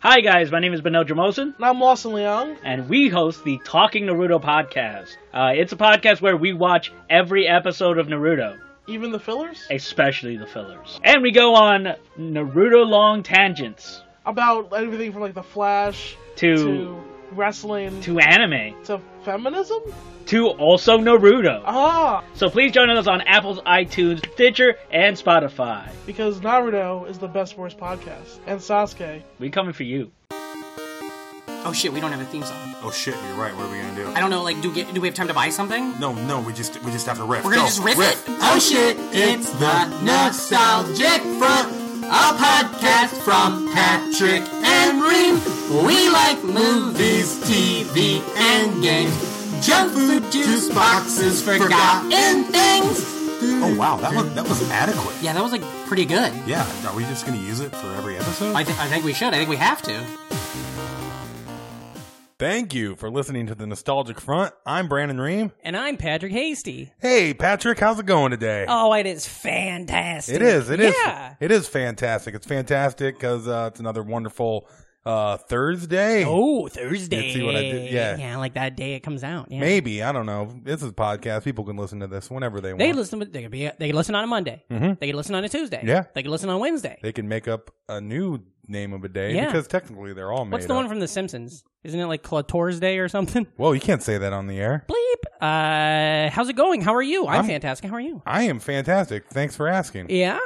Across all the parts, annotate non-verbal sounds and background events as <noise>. Hi, guys. My name is Benel Jamosin, And I'm Lawson Leong. and we host the Talking Naruto podcast. Uh, it's a podcast where we watch every episode of Naruto, Even the fillers? especially the fillers. And we go on Naruto long tangents About everything from like The Flash to to wrestling to anime to feminism? to also Naruto. Ah! So please join us on Apple's iTunes, Stitcher, and Spotify. Because Naruto is the best worst podcast. And Sasuke. We coming for you. Oh shit, we don't have a theme song. Oh shit, you're right. What are we gonna do? I don't know, like, do we, do we have time to buy something? No, no, we just we just have to riff. We're gonna Go, just riff, it? Oh shit, it's the Nostalgic Front, a podcast from Patrick and Reem. We like movies, TV, and games, junk food, juice boxes, forgotten things. Oh wow, that Mm-hmm. was that was adequate. Yeah, that was, like, pretty good. Yeah, are we just gonna use it for every episode? I, th- I think we should. I think we have to. Thank you for listening to the Nostalgic Front. I'm Brandon Ream. And I'm Patrick Hasty. Hey Patrick, how's it going today? Oh, it is fantastic. It is. It is. Yeah. It is fantastic. It's fantastic because uh, it's another wonderful uh, Thursday. Oh, Thursday. Let's see what I did. Yeah. Yeah, like that day it comes out. Yeah. Maybe I don't know. This is a podcast. People can listen to this whenever they want. They listen. They could be. They could listen on a Monday. Mhm. They could listen on a Tuesday. Yeah. They could listen on Wednesday. They can make up a new name of a day Yeah. because technically they're all made. What's the up. one from The Simpsons? Isn't it like Clator's Day or something? <laughs> Whoa, you can't say that on the air. Bleep. Uh, how's it going? How are you? I'm, I'm- fantastic. How are you? I am fantastic. Thanks for asking. Yeah.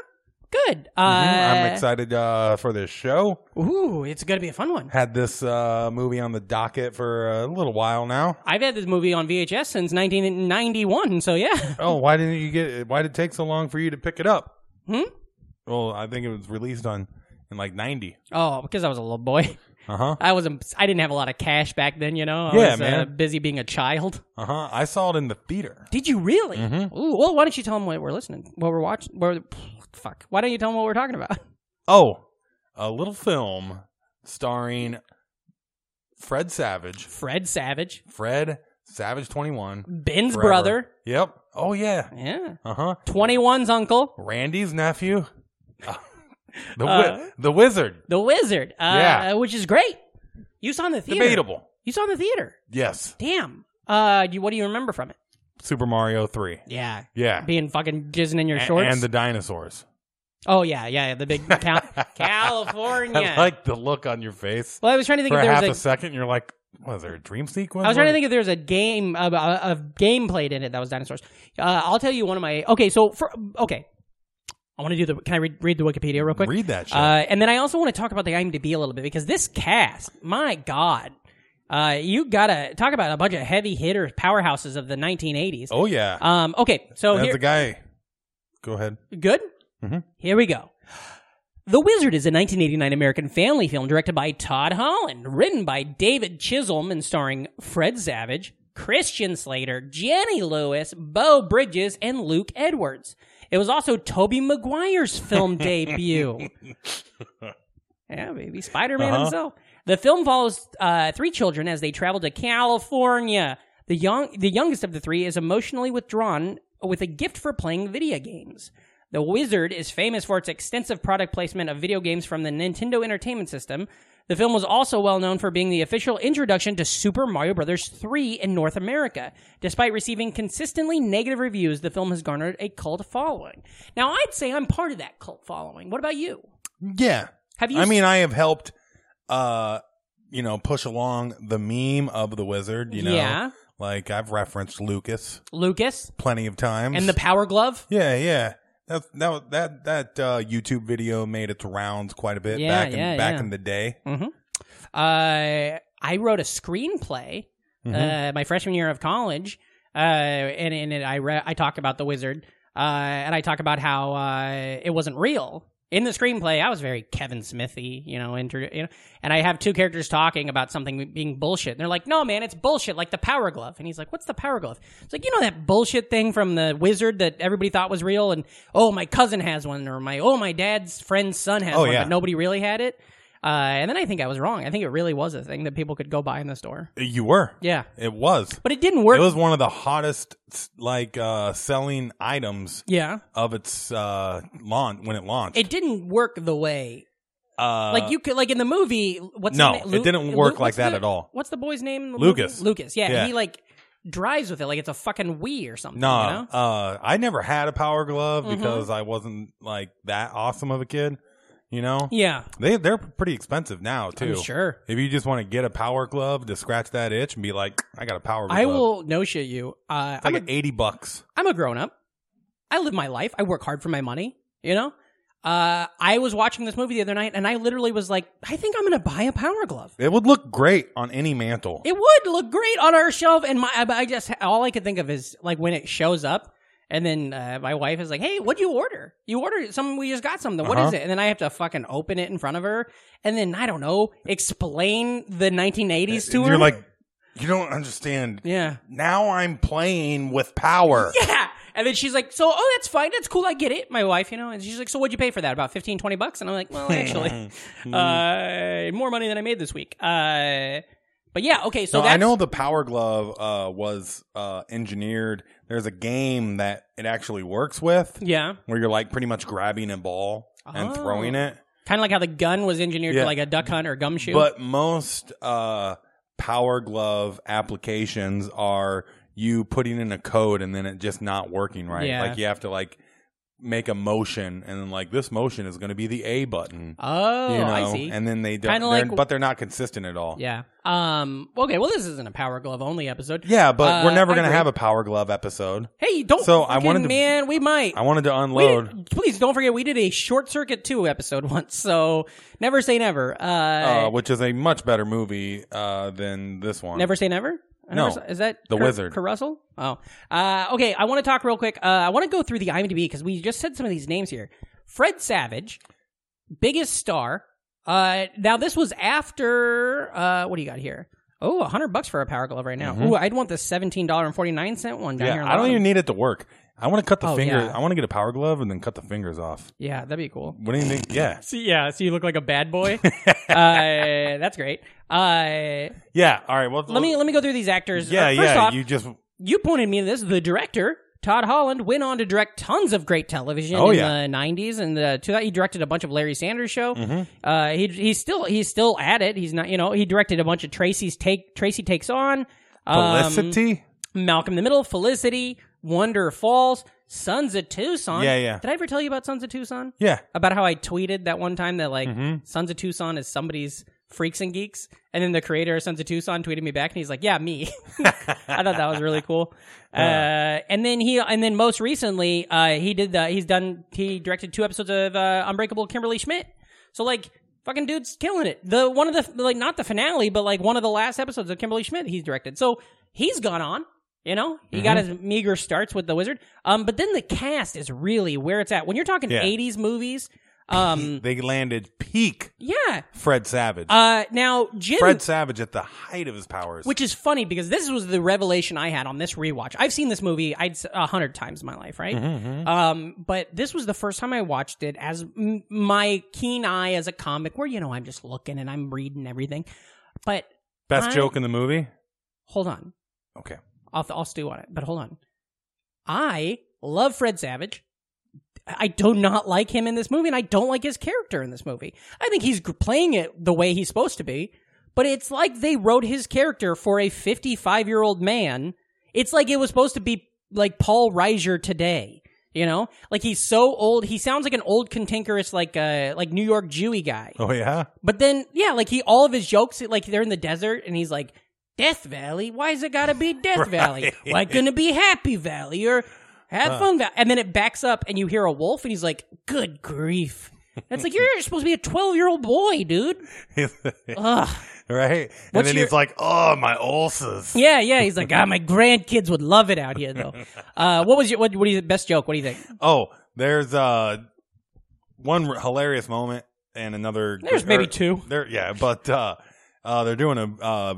Good. Uh, Mm-hmm, I'm excited uh, for this show. Ooh, it's gonna be a fun one. Had this uh, movie on the docket for a little while now. I've had this movie on VHS since 1991, so yeah. Oh, why didn't you get it? Why did it take so long for you to pick it up? Hmm? Well, I think it was released on in like 90. <laughs> Oh, because I was a little boy. Uh huh. I wasn't. I didn't have a lot of cash back then, you know. I Yeah, was, Uh, man. busy being a child. Mm-hmm. Uh huh. I saw it in the theater. Did you really? Ooh, well, why don't you tell them what we're listening, what we're watching? What, fuck. Why don't you tell them what we're talking about? <laughs> Oh, a little film starring Fred Savage, Fred Savage, Fred Savage 21. Ben's Forever. brother. Yep. Oh yeah. Yeah. Uh huh. 21's uncle, Randy's nephew, <laughs> the wi- Uh, the wizard. the wizard. Uh, Yeah. Which is great. You saw in the theater. Debatable. You saw in the theater. Yes. Damn. Uh, you, what do you remember from it? Super Mario Three. Yeah. Yeah. Being fucking jizzing in your A- shorts. And the dinosaurs. oh yeah, yeah, the <laughs> big cal- California. I like the look on your face well, I was trying to think for if there half was a second. You're like, was there a dream sequence? I was trying to think if there was a game a, a, a game played in it that was dinosaurs. Uh, I'll tell you one of my okay. So for okay, I want to do the. Can I read, read the Wikipedia real quick? Read that shit. Uh, and then I also want to talk about the IMDb a little bit because this cast, my god, uh, you gotta talk about a bunch of heavy hitter powerhouses of the 1980s. oh yeah, Um, okay, so that's here, a guy. Go ahead. Good? Mhm. Here we go. The Wizard is a 1989 American family film directed by Todd Holland, written by David Chisholm, and starring Fred Savage, Christian Slater, Jenny Lewis, Bo Bridges, and Luke Edwards. It was also Toby Maguire's film debut. Yeah, baby, Spider Man Uh-huh. himself. The film follows uh, three children as they travel to California. The young, the youngest of the three, is emotionally withdrawn with a gift for playing video games. The Wizard is famous for its extensive product placement of video games from the Nintendo Entertainment System. The film was also well known for being the official introduction to Super Mario Bros. 3 in North America. Despite receiving consistently negative reviews, the film has garnered a cult following. Now, I'd say I'm part of that cult following. What about you? Yeah. Have you I mean, I have helped. Uh, you know, push along the meme of the wizard. You know, Yeah. like I've referenced Lucas Lucas? plenty of times. And the power glove? Yeah, yeah. That that that that uh, YouTube video made its rounds quite a bit Yeah, back in yeah, back yeah. in the day. Uh, I wrote a screenplay Mm-hmm. uh, my freshman year of college, uh, and in it I re- I talk about the wizard, uh, and I talk about how uh, it wasn't real. In the screenplay, I was very Kevin Smithy, you know, inter- you know, and I have two characters talking about something being bullshit. And they're like, "No, man, it's bullshit." Like the power glove, and he's like, "What's the power glove?" It's like you know that bullshit thing from the wizard that everybody thought was real, and oh, my cousin has one, or my oh, my dad's friend's son has Oh, one, yeah. but nobody really had it. Uh, and then I think I was wrong. I think it really was a thing that people could go buy in the store. You were. Yeah. It was. But it didn't work. It was one of the hottest s- like uh selling items yeah. of its uh launch when it launched. It didn't work the way Uh, like you could like in the movie what's No, his name? it didn't work like what's that the- at all. what's the boy's name in the Lucas. movie? lucas yeah, Yeah. he like drives with it like it's a fucking wii or something No, you know? uh, I never had a power glove Mhm. because I wasn't like that awesome of a kid. You know, yeah they they're pretty expensive now too. i'm sure If you just want to get a power glove to scratch that itch and be like, I got a power glove. i will no shit you uh, It's I'm, like a, at eighty bucks. I'm a grown-up i live my life i work hard for my money you know uh, i was watching this movie the other night and i literally was like i think i'm gonna buy a power glove It would look great on any mantle. It would look great on our shelf, and my I- I just all I could think of is like when it shows up, and then uh, my wife is like, "Hey, what'd you order? You ordered something. We just got something. What is Uh-huh. it?" And then I have to fucking open it in front of her, and then I don't know, explain the 1980s to You're her. like, you don't understand. yeah, <laughs> Now I'm playing with power. yeah. And then she's like, "So, oh, that's fine. That's cool. I get it." My wife, you know, and she's like, "So, what'd you pay for that? About 15, 20 bucks?" And I'm like, "Well, <laughs> actually, Mm-hmm. uh, more money than I made this week." Uh, but yeah, okay. So So that's, I know the power glove uh, was uh, engineered. There's a game that it actually works with, Yeah. where you're like pretty much grabbing a ball and Oh. throwing it. Kind of like how the gun was engineered Yeah. for like a duck hunt or gumshoe. But most uh, power glove applications are you putting in a code and then it just not working right. Yeah. Like you have to like make a motion and then like this motion is going to be the A button. oh, you know? I see. And then they don't. Kinda They're, like- but they're not consistent at all. yeah. Um. Okay. Well, this isn't a power glove only episode. Yeah, but we're Uh, never I going to agree. have a power glove episode. Hey, don't. So I freaking- wanted to- Man, we might. I wanted to We did- unload. please don't forget we did a short circuit two episode <laughs> once. So never say never. Uh. uh, which is a much better movie uh, than this one. never say never. I No. never saw- is that The Kurt- Wizard. Kurt Russell? Oh, uh, okay. I want to talk real quick. Uh, I want to go through the IMDb because we just said some of these names here. Fred Savage, biggest star. Uh, now this was after. Uh, what do you got here? Oh, a hundred bucks for a power glove right now. Ooh, I'd want the seventeen dollar and forty nine cent one down Mm-hmm. Yeah, here. on the I don't bottom. even need it to work. I want to cut the Oh, finger. yeah. I want to get a power glove and then cut the fingers off. Yeah, that'd be cool. What do you think? Yeah, See, yeah, so you look like a bad boy. <laughs> uh, that's great. Uh, yeah. All right. Well, let me let me go through these actors. Yeah, Uh, first yeah. Off, you just you pointed me to this. The director, Todd Holland, went on to direct tons of great television Oh, in yeah. the '90s and the to that he directed a bunch of Larry Sanders Show. Mm-hmm. Uh, he he's still he's still at it. He's not you know he directed a bunch of Tracy's take Tracy takes on um, Felicity. Malcolm in the Middle, Felicity, Wonder Falls, Sons of Tucson. Yeah, yeah. Did I ever tell you about Sons of Tucson? yeah, About how I tweeted that one time that like Mm-hmm. Sons of Tucson is somebody's freaks and geeks, and then the creator of Sons of Tucson tweeted me back, and he's like, "Yeah, me." <laughs> I thought that was <laughs> really cool. Uh, and then he, and then most recently, uh, he did the, he's done, he directed two episodes of uh, Unbreakable Kimberly Schmidt. So like, fucking dude's killing it. The one of the like, not the finale, but like one of the last episodes of Kimberly Schmidt he's directed. So he's gone on. You know, he got Mm-hmm. his meager starts with the wizard. Um, but then the cast is really where it's at. When you're talking Yeah. '80s movies, <laughs> um, they landed peak yeah. Fred Savage. Uh, now Jim Fred Savage at the height of his powers. which is funny because this was the revelation I had on this rewatch. I've seen this movie I'd s- a hundred times in my life, Mm-hmm. right? Um, but this was the first time I watched it as m- my keen eye as a comic, where you know I'm just looking and I'm reading everything. But best I- joke in the movie? hold on, Okay. I'll I'll stew on it. But hold on, I love Fred Savage. I do not like him in this movie, and I don't like his character in this movie. I think he's gr- playing it the way he's supposed to be, but it's like they wrote his character for a 55 year old man. It's like it was supposed to be like Paul Reiser today. You know, like he's so old. He sounds like an old cantankerous, like uh, like New York Jewy guy. Oh yeah. <laughs> But then, yeah, like he, all of his jokes, like they're in the desert, and he's like, "Death Valley? Why is it gotta <laughs> be Death Valley? Why couldn't it be Happy Valley or Have Fun Valley?" And then it backs up, and you hear a wolf, and he's like, "Good grief!" That's <laughs> like you're supposed to be a twelve year old boy, dude. Ugh. Oh. right. and What's then your- he's like, "Oh, my ulcers." Yeah, yeah. He's like, "Ah, my grandkids would love it out here, <laughs> though." Uh, what was your what? What is the best joke? What do you think? Oh, there's uh one r- hilarious moment and another. There's or- maybe two. <laughs> There, yeah, but uh, uh, they're doing a uh,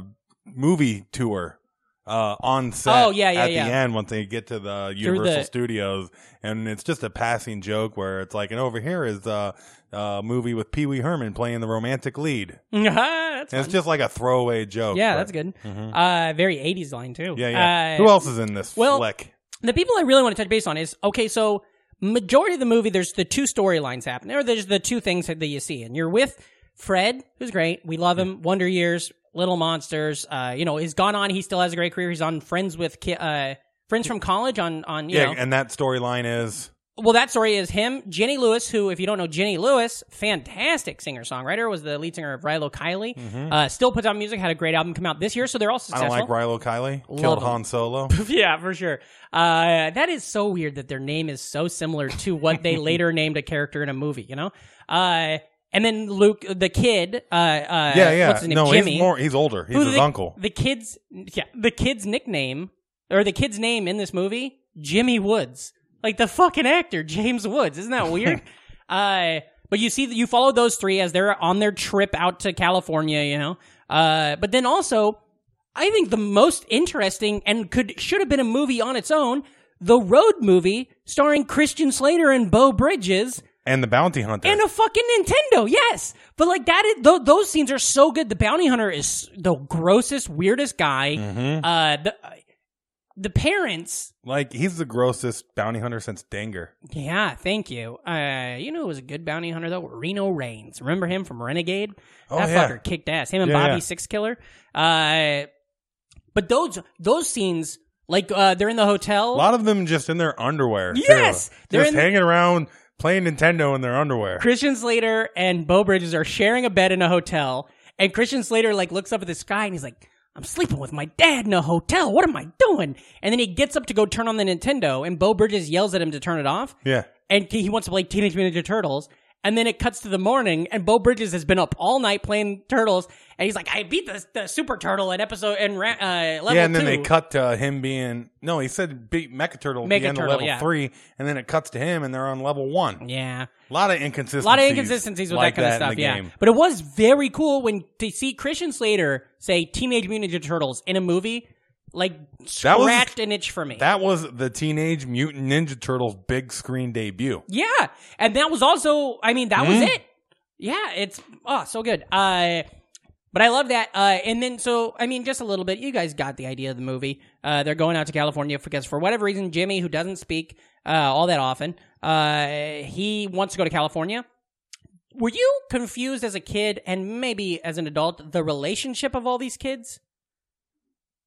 movie tour uh, on set. Oh, yeah, yeah, At yeah. the end, once they get to the Universal Studios, and it's just a passing joke where it's like, and over here is uh, a movie with Pee Wee Herman playing the romantic lead. that's And fun. it's just like a throwaway joke. yeah, but- that's good. Uh, very '80s line too. Mm-hmm. Yeah, yeah. Uh, Who else is in this well, flick? the people I really want to touch base on is okay. So majority of the movie, there's the two storylines happening, or there's the two things that you see, and you're with Fred, who's great. We love him. Wonder Years, Little Monsters. Uh, you know, he's gone on. He still has a great career. He's on Friends with ki- uh, Friends from College on on you yeah, know. and that storyline is well, that story is him, Jenny Lewis, who, if you don't know Jenny Lewis, fantastic singer songwriter, was the lead singer of Rilo Kiley. Uh, still puts out music. Had a great album come out this year, so they're all Mm-hmm. I successful. don't like Rilo Kiley Love killed him. Han Solo. <laughs> yeah, for sure. Uh, that is so weird that their name is so similar to what <laughs> they later named a character in a movie. You know, uh, and then Luke, the kid, uh, uh, yeah, yeah. what's his name, no, Jimmy, he's more. He's older. He's who his the, uncle. The kid's, yeah, the kid's nickname or the kid's name in this movie, Jimmy Woods, like the fucking actor James Woods. Isn't that <laughs> weird? uh, but you see, that you follow those three as they're on their trip out to California. You know, uh, but then also. I think the most interesting and could should have been a movie on its own, the Road movie starring Christian Slater and Bo Bridges and the bounty hunter. and a fucking Nintendo. Yes, but like that is th- those scenes are so good. The bounty hunter is the grossest, weirdest guy. Mm-hmm. Uh, the the parents. like he's the grossest bounty hunter since Danger. Yeah, thank you. Uh, you know who was a good bounty hunter though? Reno Reigns. Remember him from Renegade? Oh, that yeah. fucker kicked ass. Him and Yeah, Bobby yeah. Six Killer. Uh, but those those scenes, like uh, they're in the hotel. A lot of them just in their underwear. too. Yes! They're just in- hanging around playing Nintendo in their underwear. Christian Slater and Bo Bridges are sharing a bed in a hotel, and Christian Slater like looks up at the sky and he's like, "I'm sleeping with my dad in a hotel. What am I doing?" And then he gets up to go turn on the Nintendo, and Bo Bridges yells at him to turn it off. Yeah. and he wants to play Teenage Mutant Ninja Turtles. And then it cuts to the morning, and Bo Bridges has been up all night playing Turtles, and he's like, "I beat the, the Super Turtle in episode and ra- uh, level yeah, and then two. they cut to him being no. He said beat Mechaturtle at the end of Mechaturtle, level yeah. three, and then it cuts to him, and they're on level one. Yeah, A lot of inconsistencies. a lot of inconsistencies with like that kind in of stuff. the Yeah, game. but it was very cool when to see Christian Slater say Teenage Mutant Ninja Turtles in a movie, like That was- scratched an itch for me. That was the Teenage Mutant Ninja Turtles big screen debut. yeah, and that was also, I mean, that Mm. was it. Yeah, it's oh so good. Uh, but I love that. Uh, and then so I mean, just a little bit. You guys got the idea of the movie. Uh, they're going out to California because for whatever reason, Jimmy, who doesn't speak uh, all that often, uh, he wants to go to California. Were you confused as a kid and maybe as an adult the relationship of all these kids?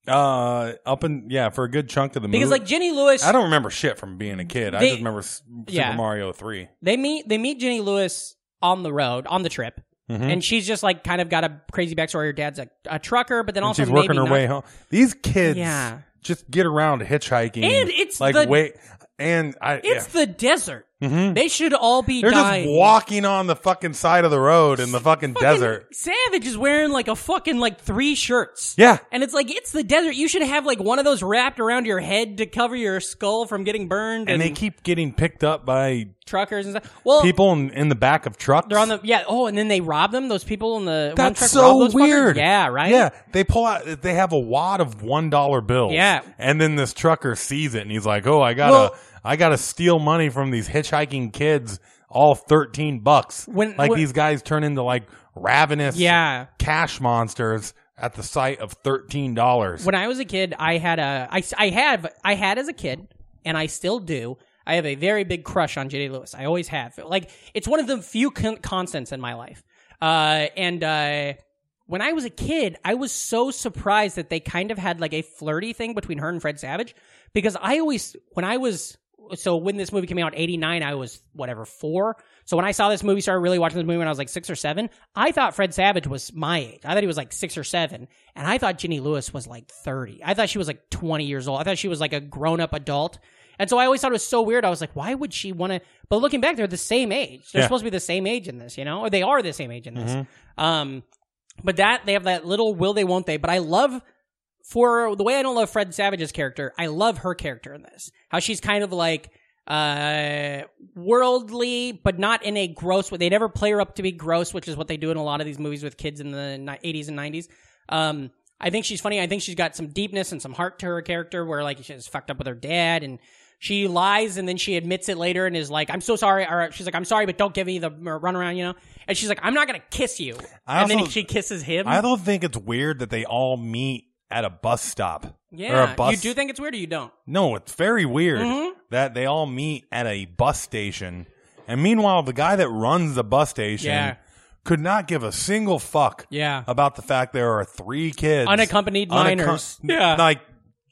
Uh, up and yeah, for a good chunk of the movie. Because like Jenny Lewis, I don't remember shit from being a kid. I They- just remember S- Super Yeah. Mario Three. they meet they meet Jenny Lewis on the road on the trip, Mm-hmm. and she's just like kind of got a crazy backstory. Her dad's a, a trucker, but then And also she's working maybe her not. way home. These kids Yeah. just get around hitchhiking. And it's like the- wait, and I It's the desert. They should all be Mm-hmm. They're dying. just walking on the fucking side of the road in the fucking, Fucking desert. Savage is wearing like a fucking like three shirts. Yeah. And it's like it's the desert. You should have like one of those wrapped around your head to cover your skull from getting burned and, And they keep getting picked up by truckers and stuff. Well, people in, in the back of trucks. they're on the yeah. Oh, and then they rob them. Those people in the one truck That's rob so those fuckers? weird. Yeah, right. Yeah. They pull out, they have a wad of $1 bills. Yeah. And then this trucker sees it and he's like, oh, I gotta, Well- I gotta steal money from these hitchhiking kids, all 13 bucks. When- like when- these guys turn into like ravenous Yeah. cash monsters at the sight of $13. When I was a kid, I had a I I have I had as a kid, and I still do. I have a very big crush on J.D. Lewis. I always have. Like it's one of the few con- constants in my life. Uh, and uh, when I was a kid, I was so surprised that they kind of had like a flirty thing between her and Fred Savage, because I always when I was so when this movie came out eighty nine, I was whatever four. So when I saw this movie, started really watching this movie when I was like six or seven, I thought Fred Savage was my age. I thought he was like six or seven, and I thought Ginny Lewis was like thirty. I thought she was like twenty years old. I thought she was like a grown up adult. And so I always thought it was so weird. I was like, why would she want to? But looking back, they're the same age. They're Yeah. supposed to be the same age in this, you know, or they are the same age in this. Um, but that they have that little will they won't they. But I love for the way I don't love Fred Savage's character. I love her character in this. How she's kind of like uh worldly but not in a gross way they never play her up to be gross which is what they do in a lot of these movies with kids in the ni- 80s and 90s um i think she's funny i think she's got some deepness and some heart to her character where like she's fucked up with her dad and she lies and then she admits it later and is like i'm so sorry or she's like i'm sorry but don't give me the run around you know and she's like i'm not gonna kiss you I and then also- she kisses him I don't think it's weird that they all meet at a bus stop. Yeah. bus. You do think it's weird or you don't? No, it's very weird Mhm. that they all meet at a bus station. And meanwhile, the guy that runs the bus station Yeah. could not give a single fuck Yeah. about the fact there are three kids. Unaccompanied unaccom- minors. Yeah. Like,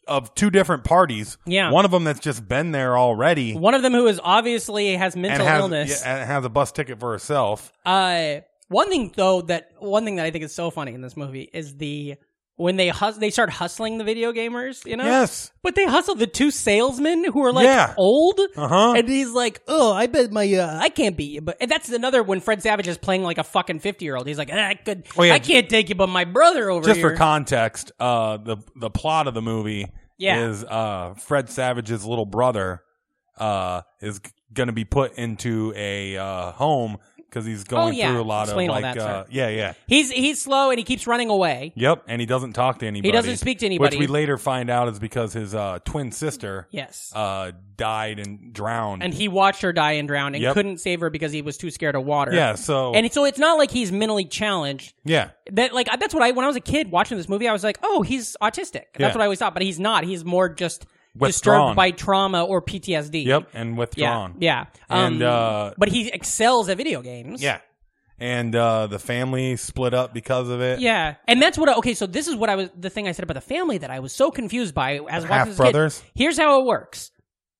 of two different parties. Yeah. One of them that's just been there already. One of them who is obviously has mental and has, illness. yeah, and has a bus ticket for herself. Uh, one thing though that one thing that I think is so funny in this movie is the when they hus- they start hustling the video gamers, you know. Yes. But they hustle the two salesmen who are like Yeah. old, Uh-huh. and he's like, "Oh, I bet my uh, I can't beat you." But and that's another when Fred Savage is playing like a fucking fifty year old. He's like, "Eh, "I could, Oh, yeah, I j- can't take you, but my brother over Just here." for context, uh, the the plot of the movie Yeah. is uh, Fred Savage's little brother uh, is going to be put into a uh, home because he's going Oh, yeah. through a lot Explain all of like, that uh, stuff. yeah, yeah, he's he's slow and he keeps running away. yep. And he doesn't talk to anybody. doesn't speak to anybody. which we later find out is because his uh, twin sister Yes. uh, died and drowned. and he watched her die and drown and Yep. couldn't save her because he was too scared of water. yeah, so And so it's not like he's mentally challenged. yeah, That like that's what I when I was a kid watching this movie I was like oh he's autistic that's Yeah. what I always thought but he's not he's more just Withdrawn. disturbed by trauma or PTSD yep, and yeah withdrawn. yeah Um, And, uh, but he excels at video games yeah. And uh, the family split up because of it. yeah and that's what I, okay so this is what I was the thing I said about the family that I was so confused by as watching this kid. Half-brothers? here's how it works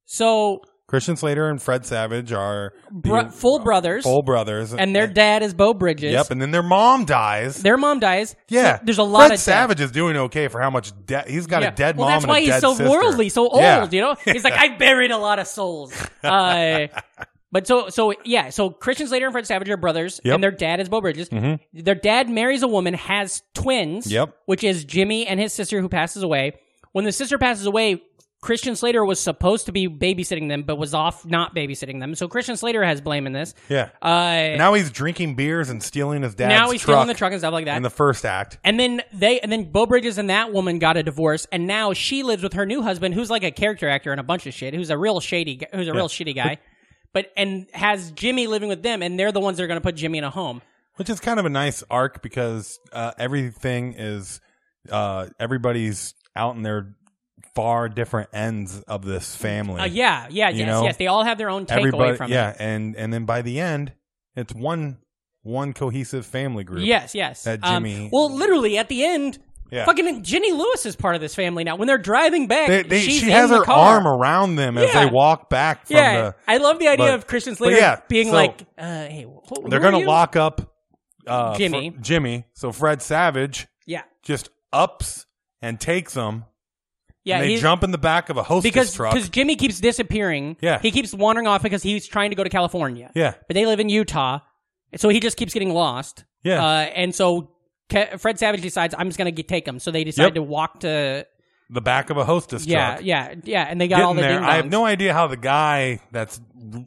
so Christian Slater and Fred Savage are bro- the- full brothers full brothers, and their dad is Bo Bridges Yep, and then their mom dies. their mom dies yeah, So there's a lot Fred of death. Savage is doing okay for how much debt he's got a Yeah. dead well, mom. That's why and a he's dead so sister. worldly, so old. Yeah. You know, he's like, I buried a lot of <laughs> souls. Uh, but so, so yeah. So Christian Slater and Fred Savage are brothers, Yep. Mm-hmm. and their dad is Bo Bridges. Their dad marries a woman, has twins. Yep. Which is Jimmy and his sister, who passes away. When the sister passes away. Christian Slater was supposed to be babysitting them, but was off not babysitting them. So Christian Slater has blame in this. Yeah. Uh, now he's drinking beers and stealing his dad's now he's truck stealing the truck and stuff like that. in the first act. And then they, and then Bo Bridges and that woman got a divorce, and now she lives with her new husband, who's like a character actor and a bunch of shit, who's a real shady, gu- who's a real shitty guy, but and has Jimmy living with them, and they're the ones that are going to put Jimmy in a home. which is kind of a nice arc because uh, everything is uh, everybody's out in their far different ends of this family. Uh, yeah, yeah, You yes, know, yes. They all have their own everybody. takeaway from yeah, it. and and then by the end, it's one one cohesive family group. Yes, yes. That Um, Jimmy- well, literally at the end, Yeah. fucking Jenny Lewis is part of this family now. When they're driving back, <laughs> They, they, she's she has in the her car. arm around them as Yeah. they walk back from Yeah, the. I love the idea but- of Christian but Slater yeah, being so like, uh, "Hey, wh- wh- They're who are gonna you? lock up uh, Jimmy. Fr- Jimmy. So Fred Savage Yeah, just ups and takes them. yeah. and they he's- jump in the back of a hostess because truck. because Jimmy keeps disappearing. Yeah. he keeps wandering off because he's trying to go to California. Yeah. but they live in Utah, so he just keeps getting lost. Yeah. uh, and so Ke- Fred Savage decides I'm just gonna get, take him. So they decide Yep. to walk to the back of a hostess yeah truck. yeah yeah, and they got Getting all the there. ding I have dongs. no idea how the guy that's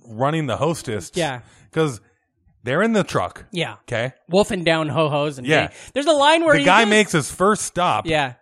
running the hostess. Yeah. because they're in the truck. yeah Okay, wolfing down ho hos and Yeah. There's a line where the he guy just- makes his first stop yeah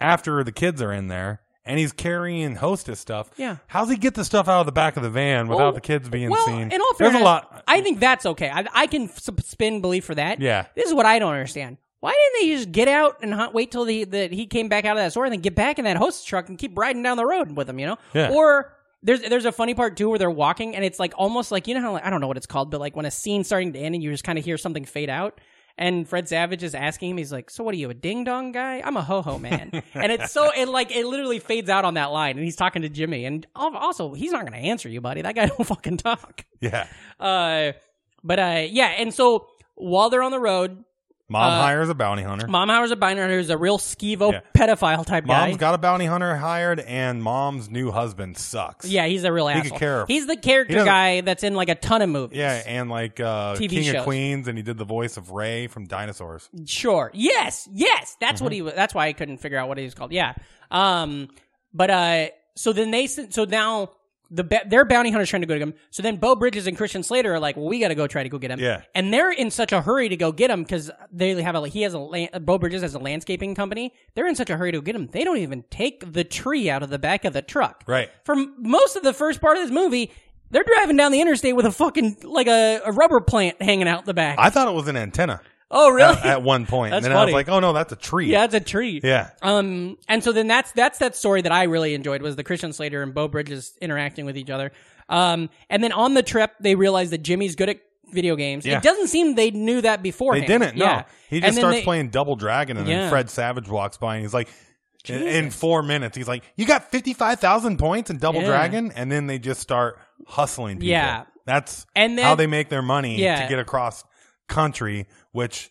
after the kids are in there, and he's carrying hostess stuff. Yeah. how's he get the stuff out of the back of the van without Well, the kids being well, seen? In all fairness, There's a lot. I think that's okay. I, I can s- spin belief for that. Yeah. This is what I don't understand. Why didn't they just get out and hunt, wait till the, the he came back out of that store and then get back in that hostess truck and keep riding down the road with him? You know. Yeah. Or there's there's a funny part too where they're walking and it's like almost like you know how like, I don't know what it's called, but like when a scene's starting to end and you just kind of hear something fade out. And Fred Savage is asking him, he's like, So what are you, a ding dong guy? I'm a ho ho man. and it's so, it like, it literally fades out on that line. And he's talking to Jimmy. And al- also, he's not going to answer you, buddy. That guy <laughs> don't fucking talk. yeah, Uh, but uh, yeah, and so while they're on the road, mom uh, hires a bounty hunter. Mom Howard's a binder who's a real skevo Yeah. pedophile type guy. Mom's got a bounty hunter hired, and mom's new husband sucks. yeah, he's a real could asshole. care. He's the He character doesn't- guy that's in like a ton of movies. Yeah, and like uh, TV King shows. of Queens, and he did the voice of Ray from Dinosaurs. sure. Yes, yes, that's Mm-hmm. what he. wa- That's why I couldn't figure out what he was called. Yeah. Um. But uh, so then they sen- so now the ba- their bounty hunter's trying to go get him. So then Bo Bridges and Christian Slater are like, well, we got to go try to go get him. Yeah. And they're in such a hurry to go get him because they have a he has a la- Bo Bridges has a landscaping company. They're in such a hurry to get him. They don't even take the tree out of the back of the truck. Right. For m- most of the first part of this movie. They're driving down the interstate with a fucking like a, a rubber plant hanging out the back. I thought it was an antenna. Oh, really? at, at one point. That's and then I was funny. like, oh no, that's a tree. <laughs> yeah, it's a tree. Yeah. Um, and so then that's that's that story that I really enjoyed was the Christian Slater and Bo Bridges interacting with each other. Um, and then on the trip they realize that Jimmy's good at video games. Yeah. It doesn't seem they knew that before. They didn't. No, Yeah. he And just then starts they- playing Double Dragon, and Yeah. then Fred Savage walks by, and he's like, in- in four minutes, he's like, "You got fifty-five thousand points in Double Yeah. Dragon," and then they just start hustling people. Yeah. that's And then- how they make their money Yeah. to get across country, which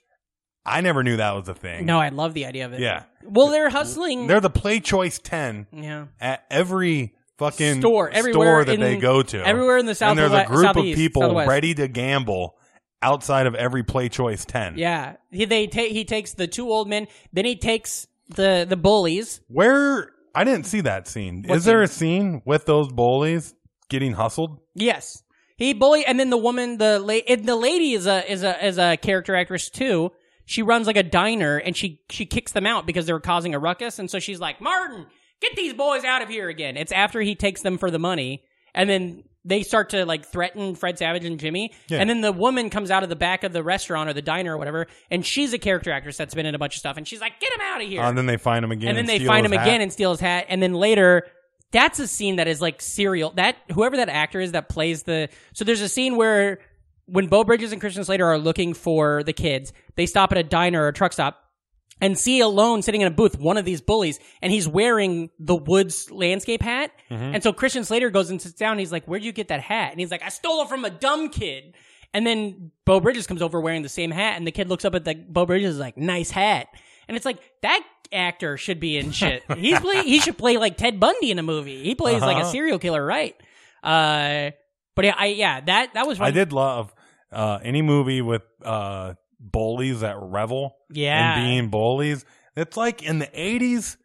I never knew that was a thing. No, I love the idea of it. Yeah. Well, they're hustling. they're the Play Choice Ten yeah. at every fucking Store, everywhere that they in- go to. everywhere in the south and there's and a we- group southeast, of people southwest. ready to gamble outside of every Play Choice Ten. Yeah. He they take he takes the two old men, then he takes the the bullies. Where I didn't see that scene. What Is there a scene with those bullies getting hustled? Yes. He bully and then the woman the la- and the lady is a is a is a character actress too. She runs like a diner and she she kicks them out because they were causing a ruckus and so she's like, "Martin, get these boys out of here again." It's after he takes them for the money and then they start to like threaten Fred Savage and Jimmy. Yeah. And then the woman comes out of the back of the restaurant or the diner or whatever and she's a character actress that's been in a bunch of stuff and she's like, "Get him out of here." Uh, and then they find him again. and then they steal find his him hat. again and steal his hat and then later that's a scene that is like serial that whoever that actor is that plays the so there's a scene where when Bo Bridges and Christian Slater are looking for the kids, they stop at a diner or a truck stop and see alone sitting in a booth one of these bullies and he's wearing the woods landscape hat Mm-hmm. and so christian slater goes and sits down and he's like where'd you get that hat and he's like i stole it from a dumb kid and then bo bridges comes over wearing the same hat and the kid looks up at the bo bridges and is like nice hat and it's like that actor should be in <laughs> shit he's play, he should play like ted bundy in a movie he plays like a Uh-huh. serial killer right uh but yeah, I yeah that that was I one- did love uh, any movie with uh, bullies that revel Yeah. and being bullies. It's like in the eighties,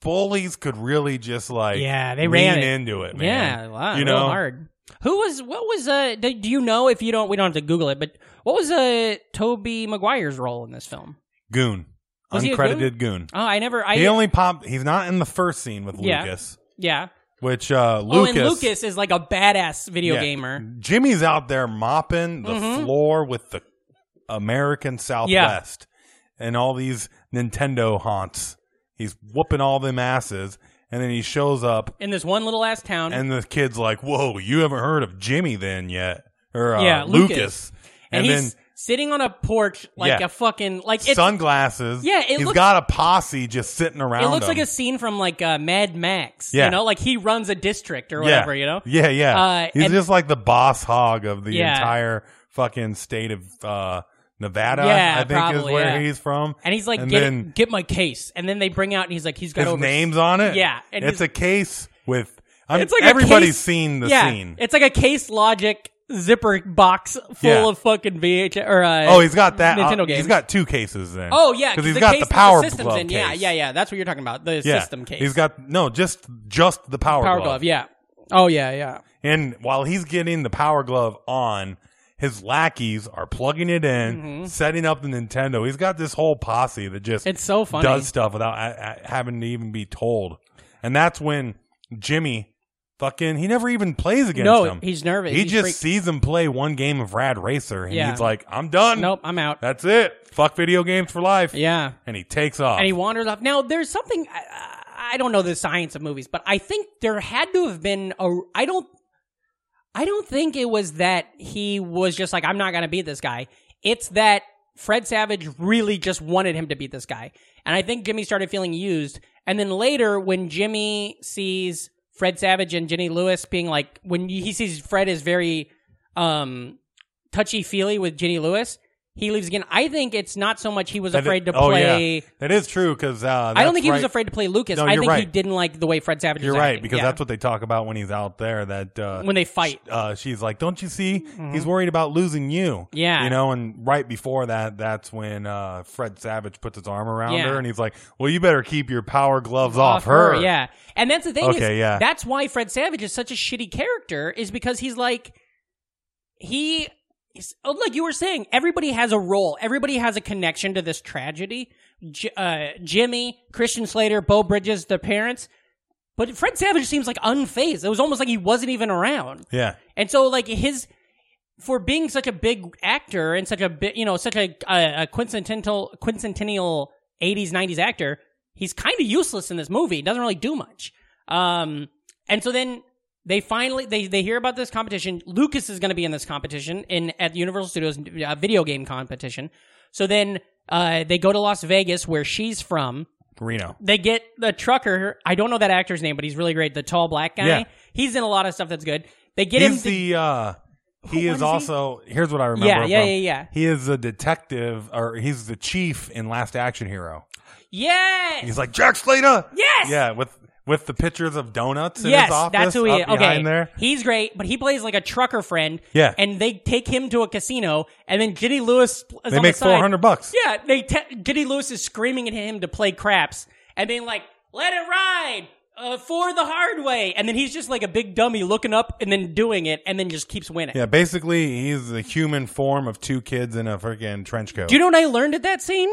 bullies could really just like Yeah, they lean ran it. into it. Man. Yeah, a lot, you real know, hard. Who was? What was? Uh, do, do you know if you don't? We don't have to Google it, but what was uh Toby Maguire's role in this film? goon, Was he a uncredited goon. Oh, I never. I He only popped. He's not in the first scene with Yeah. Lucas, yeah. which uh, Oh, Lucas. and Lucas is like a badass video Yeah. gamer. Jimmy's out there mopping the Mm-hmm. floor with the American Southwest and all these Nintendo haunts. He's whooping all them asses, and then he shows up, In this one little ass town, and the kid's like, "Whoa, you haven't heard of Jimmy then yet?" Or uh, Yeah, Lucas. Lucas. and And, he's sitting on a porch like Yeah. a fucking like then it's. sunglasses. Yeah, it he's looks- got a posse just sitting around. it looks like him. a scene from like uh, Mad Max. Yeah. You know, like he runs a district or whatever. Yeah. You know. Yeah, yeah. Uh, He's and- just like the boss hog of the Yeah. entire fucking state of uh, Nevada. Yeah, I think probably, is where yeah. he's from. And he's like, and get, then get my case. And then they bring out, and he's like, he's got his over name's on it. Yeah, and and it's he's- a case with. I'm, it's like a everybody's case, seen the yeah, scene. It's like a case logic zipper box full Yeah. of fucking VH or uh, oh, he's got that. Nintendo uh, games. He's got two cases then. oh yeah, because he's the got case the that power the system's glove. in. Yeah, case. yeah, yeah. That's what you're talking about. The Yeah. system case. He's got no, just just the power, power glove. glove. Yeah. Oh yeah, yeah. And while he's getting the power glove on, his lackeys are plugging it in, setting up the Nintendo. He's got this whole posse that just Mm-hmm. It's so funny. does stuff without uh, uh, having to even be told. And that's when Jimmy fucking he never even plays against No, him. he's nervous. He He's just freaked- sees him play one game of Rad Racer and Yeah. he's like, "I'm done. Nope, I'm out. That's it. Fuck video games for life." Yeah. And he takes off. And he wanders off. Now there's something I, I don't know the science of movies, but I think there had to have been a. I don't. I don't think it was that he was just like I'm not gonna beat this guy. It's that Fred Savage really just wanted him to beat this guy, and I think Jimmy started feeling used. And then later, when Jimmy sees Fred Savage and Jenny Lewis being like, when he sees Fred is very um touchy feely with Jenny Lewis. He leaves again. I think it's not so much he was That- afraid to oh, play yeah. That is true cuz uh, I that's don't think he was right- afraid to play Lucas. No, I you're think he right. didn't like the way Fred Savage. You're was right acting. because Yeah. that's what they talk about when he's out there. That uh, when they fight. uh, she's like, "Don't you see? He's worried about losing you." Yeah. you know. And right before that, that's when uh, Fred Savage puts his arm around Yeah. her, and he's like, "Well, you better keep your power gloves off, Off her, her." yeah. And that's the thing. is, Okay, yeah. That's why Fred Savage is such a shitty character is because he's like he. is- oh, Like you were saying, everybody has a role. Everybody has a connection to this tragedy. J- uh, Jimmy, Christian Slater, Bo Bridges, their parents. But Fred Savage seems like unfazed. It was almost like he wasn't even around. yeah. And so like his for being such a big actor and such a bi- you know such a, a, a quintessential quintessential 80s 90s actor he's kind of useless in this movie He doesn't really do much um and so then they finally they, they hear about this competition lucas is going to be in this competition in at universal studios uh, video game competition so then uh, they go to las vegas where she's from Reno. they get the trucker i don't know that actor's name but he's really great the tall black guy Yeah. he's in a lot of stuff that's good they get him He's to- the uh he Who is is he? also here's what I remember. Yeah, yeah, from- yeah, yeah. He is the detective or he's the chief in Last Action Hero. yes He's like Jack Slater. yes Yeah, with with the pictures of donuts in yes, his office that's who he is. up behind Okay, there. he's great, but he plays like a trucker friend. Yeah. and they take him to a casino, and then Giddy Lewis. Is on They make the side. four hundred bucks. Yeah, they te- Giddy Lewis is screaming at him to play craps, and then like let it ride uh, for the hard way, and then he's just like a big dummy looking up and then doing it, and then just keeps winning. Yeah, basically he's the human form of two kids in a freaking trench coat. Do you know what I learned at that scene?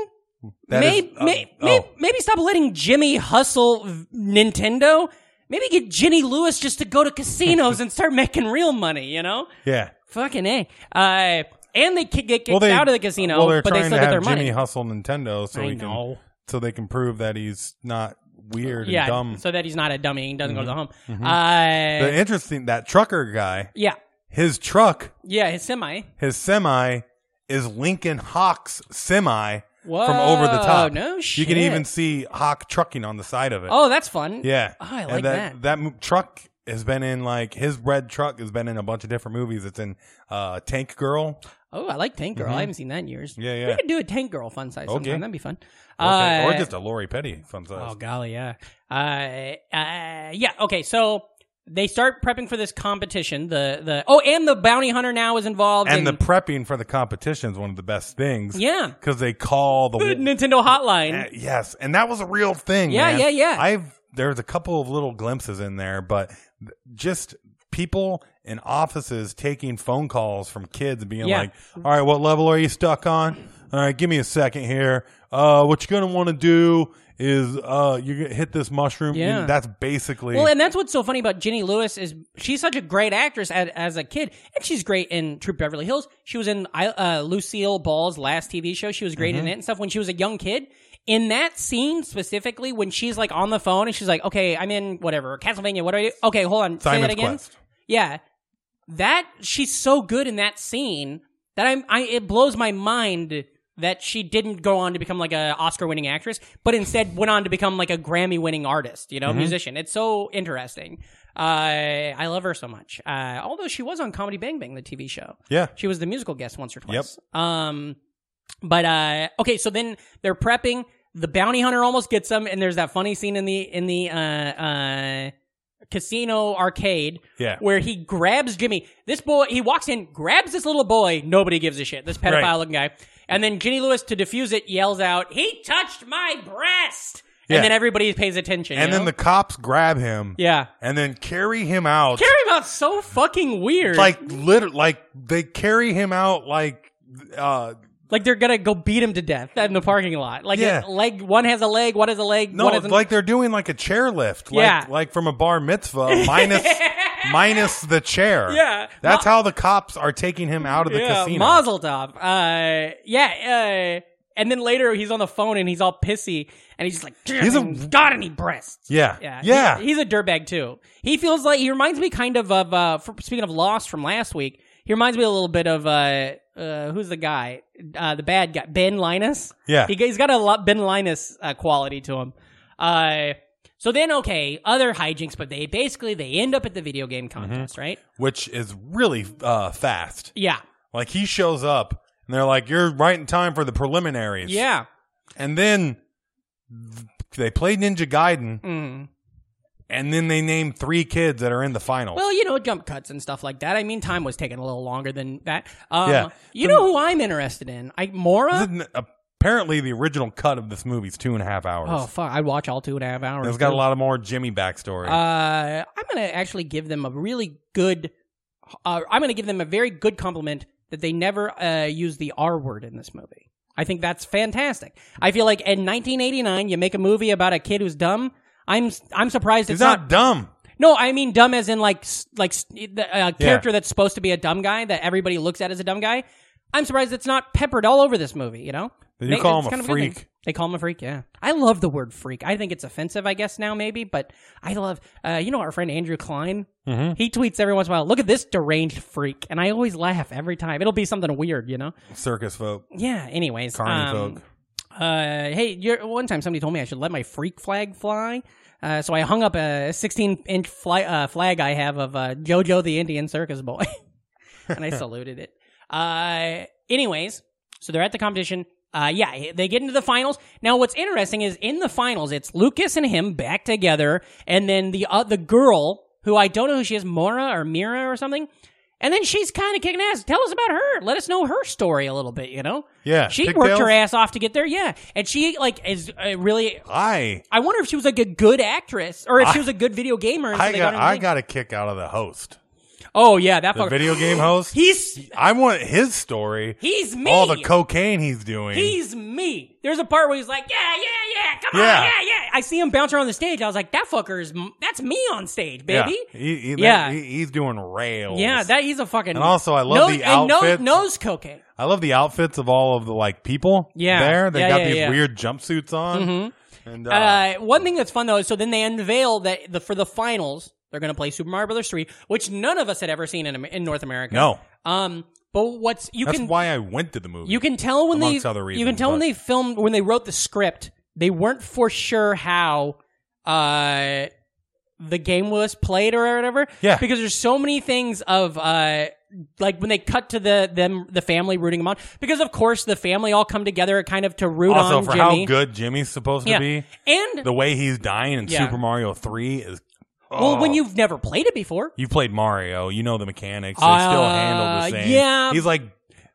That is- maybe, uh, maybe, oh. maybe stop letting Jimmy hustle v- Nintendo. Maybe get Ginny Lewis just to go to casinos and start making real money. You know. yeah. Fucking a. Uh, and they ki- get kicked Well, they, out of the casino, Well, they're but trying they still to get have their Jimmy money. hustle Nintendo so I he know. can so they can prove that he's not weird yeah, and dumb. Mm-hmm. so that he's not a dummy and doesn't go to the home. the Uh, interesting that trucker guy, yeah, his truck yeah, his semi. his semi is Lincoln Hawk's semi Whoa, from over the top. no You shit. can even see Hawk trucking on the side of it. Oh, that's fun. yeah. Oh, I And like that. mo- truck has been in like his red truck has been in a bunch of different movies. It's in uh, Tank Girl. Oh, I like Tank Girl. I haven't seen that in years. Mm-hmm. Yeah, yeah. We could do a Tank Girl fun size Okay. sometime. That'd be fun. Okay. Uh, or just a Lori Petty fun size. Oh golly, yeah. Uh, uh, yeah. Okay, so they start prepping for this competition. The the oh, and the bounty hunter now is involved. and the in, prepping for the competition is one of the best things. yeah, Because they call the. the Nintendo hotline. Uh, yes, and that was a real thing. Yeah, man. yeah, yeah. I've there's a couple of little glimpses in there, but th- just people in offices taking phone calls from kids and being Yeah. like, "All right, what level are you stuck on? All right, give me a second here. Uh, what you're gonna want to do is uh, you gonna hit this mushroom. You- Yeah. that's basically Well, and that's what's so funny about Ginny Lewis is she's such a great actress as, as a kid, and she's great in True Beverly Hills. She was in I- uh, Lucille Ball's last TV show. She was great Mm-hmm. in it and stuff when she was a young kid. In that scene specifically, when she's like on the phone and she's like, "Okay, I'm in whatever Castlevania. What do I do? Okay, hold on, say that Simon's again." Quest. Yeah, that she's so good in that scene that I'm. I it blows my mind that she didn't go on to become like a Oscar winning actress, but instead went on to become like a Grammy winning artist. You know, musician. It's so interesting. Uh, I love her so much. Uh, although she was on Comedy Bang Bang, the TV show. Yeah. She was the musical guest once or twice. Yep. Um, but uh, okay, so then they're prepping. The bounty hunter almost gets them, and there's that funny scene in the in the uh, uh, casino arcade Yeah. where he grabs Jimmy. This boy, he walks in, grabs this little boy. Nobody gives a shit. This pedophile Right. looking guy, and then Ginny Lewis to defuse it yells out, "He touched my breast!" Yeah. And then everybody pays attention. and you then know? the cops grab him. yeah, And then carry him out. Carrie about so fucking weird. like liter- like they carry him out like uh Like they're gonna go beat him to death in the parking lot. Like Yeah. a leg, one has a leg, one has a leg. No, one has an- like they're doing like a chair lift, like, Yeah. like from a bar mitzvah <laughs> minus minus the chair. Yeah. that's how the cops are taking him out of the yeah, casino. Mazel tov. Uh, yeah. Uh, and then later he's on the phone and he's all pissy and he's just like, he's He's a- got any breasts. Yeah. Yeah. Yeah. He- he's a dirtbag too. He feels like he reminds me kind of of uh, for, speaking of Lost from last week. He reminds me a little bit of uh, uh, who's the guy, uh, the bad guy, Ben Linus. Yeah. he, he's got a lot Ben Linus uh, quality to him. Uh, so then okay, other hijinks, but they basically they end up at the video game Mm-hmm. contest, right? which is really uh, fast. Yeah, Like he shows up and they're like, "You're right in time for the preliminaries." yeah. and then th- they play Ninja Gaiden, Mm. and then they name three kids that are in the final. Well, you know, jump cuts and stuff like that. I mean, time was taking a little longer than that. Um, Yeah. You know who I'm interested in? I Mora. This is- apparently, the original cut of this movie is two and a half hours. oh fuck! I'd watch all two and a half hours. And it's got a too. lot of more Jimmy backstory. Oh, Uh, I'm gonna actually give them a really good. Uh, I'm gonna give them a very good compliment that they never uh, use the R word in this movie. I think that's fantastic. I feel like in 1989, you make a movie about a kid who's dumb. I'm I'm surprised He's it's not. not dumb. No, I mean dumb as in like s- like s- the uh, character that's supposed to be a dumb guy that everybody looks at as a dumb guy. I'm surprised it's not peppered all over this movie. You know, They do Maybe call it's him a kind of good thing. freak. They call him a freak. Yeah, I love the word freak. I think it's offensive. I guess now maybe, but I love. Uh, you know our friend Andrew Klein. Mhm. He tweets every once in a while. Look at this deranged freak, and I always laugh every time. It'll be something weird, you know. Circus folk. Yeah. Anyways, Carny um, folk. uh, hey, you're, one time somebody told me I should let my freak flag fly. Uh, so I hung up a 16 inch fly, uh, flag I have of uh, JoJo the Indian Circus Boy, <laughs> and I saluted it. Uh, anyways, so they're at the competition. Uh, yeah, they get into the finals. Now, what's interesting is in the finals, it's Lucas and him back together, and then the uh, the girl who I don't know who she is, Mora or Mira or something, and then she's kind of kicking ass. Tell us about her. Let us know her story a little bit. You know, Yeah, she pigtails? worked her ass off to get there. Yeah, and she like is uh, really. I I wonder if she was like a good actress or if she was a good video gamer. And so I they got her I thing. got a kick out of the host, Oh yeah, that the fucker. video game host. He's I want his story. he's me. All the cocaine he's doing. He's me. There's a part where he's like, yeah, yeah, yeah, come Yeah. on, yeah, yeah. I see him bounce around the stage. I was like, that fucker is, m- that's me on stage, yeah, baby. Yeah, he, he- Yeah. he- he's doing rails. that he's a fucking. And also, I love nose, the and no- outfits. nose cocaine. I love the outfits of all of the like people. Yeah. there they Yeah, got yeah, these yeah. weird jumpsuits on. And uh, Uh, one thing that's fun though is so then they unveil that the for the finals they're going to play Super Mario Brothers three, which none of us had ever seen in Am- in North America. no, Um, but what's you that's can why I went to the movie. you can tell when they amongst other you can reasons, tell when but- they filmed when they wrote the script they weren't for sure how uh the game was played or whatever. Yeah. Because there's so many things of uh like when they cut to the them the family rooting them on because of course the family all come together kind of to root also on for Jimmy. how good Jimmy's supposed Yeah. to be. and The way he's dying <laughs> in Yeah. Super Mario Three is well Oh. when you've never played it before you played Mario, you know the mechanics. They still Uh, handle the same. yeah. he's like